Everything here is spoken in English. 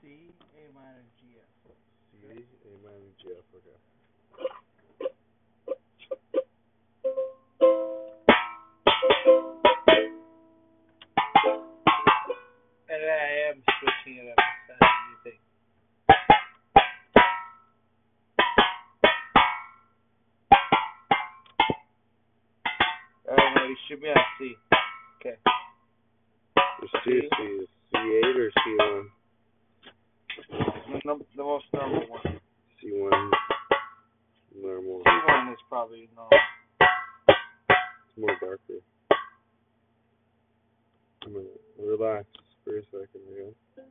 C, A minor, G, F. C, A minor, G, F, okay. And I am switching it up. It's not a new thing. I don't know. You should be on C. Okay. The C, C is C eight or C one? The, num- the most normal one. C C one, normal. It's one is probably normal. more darker. I'm gonna relax for a second, yeah.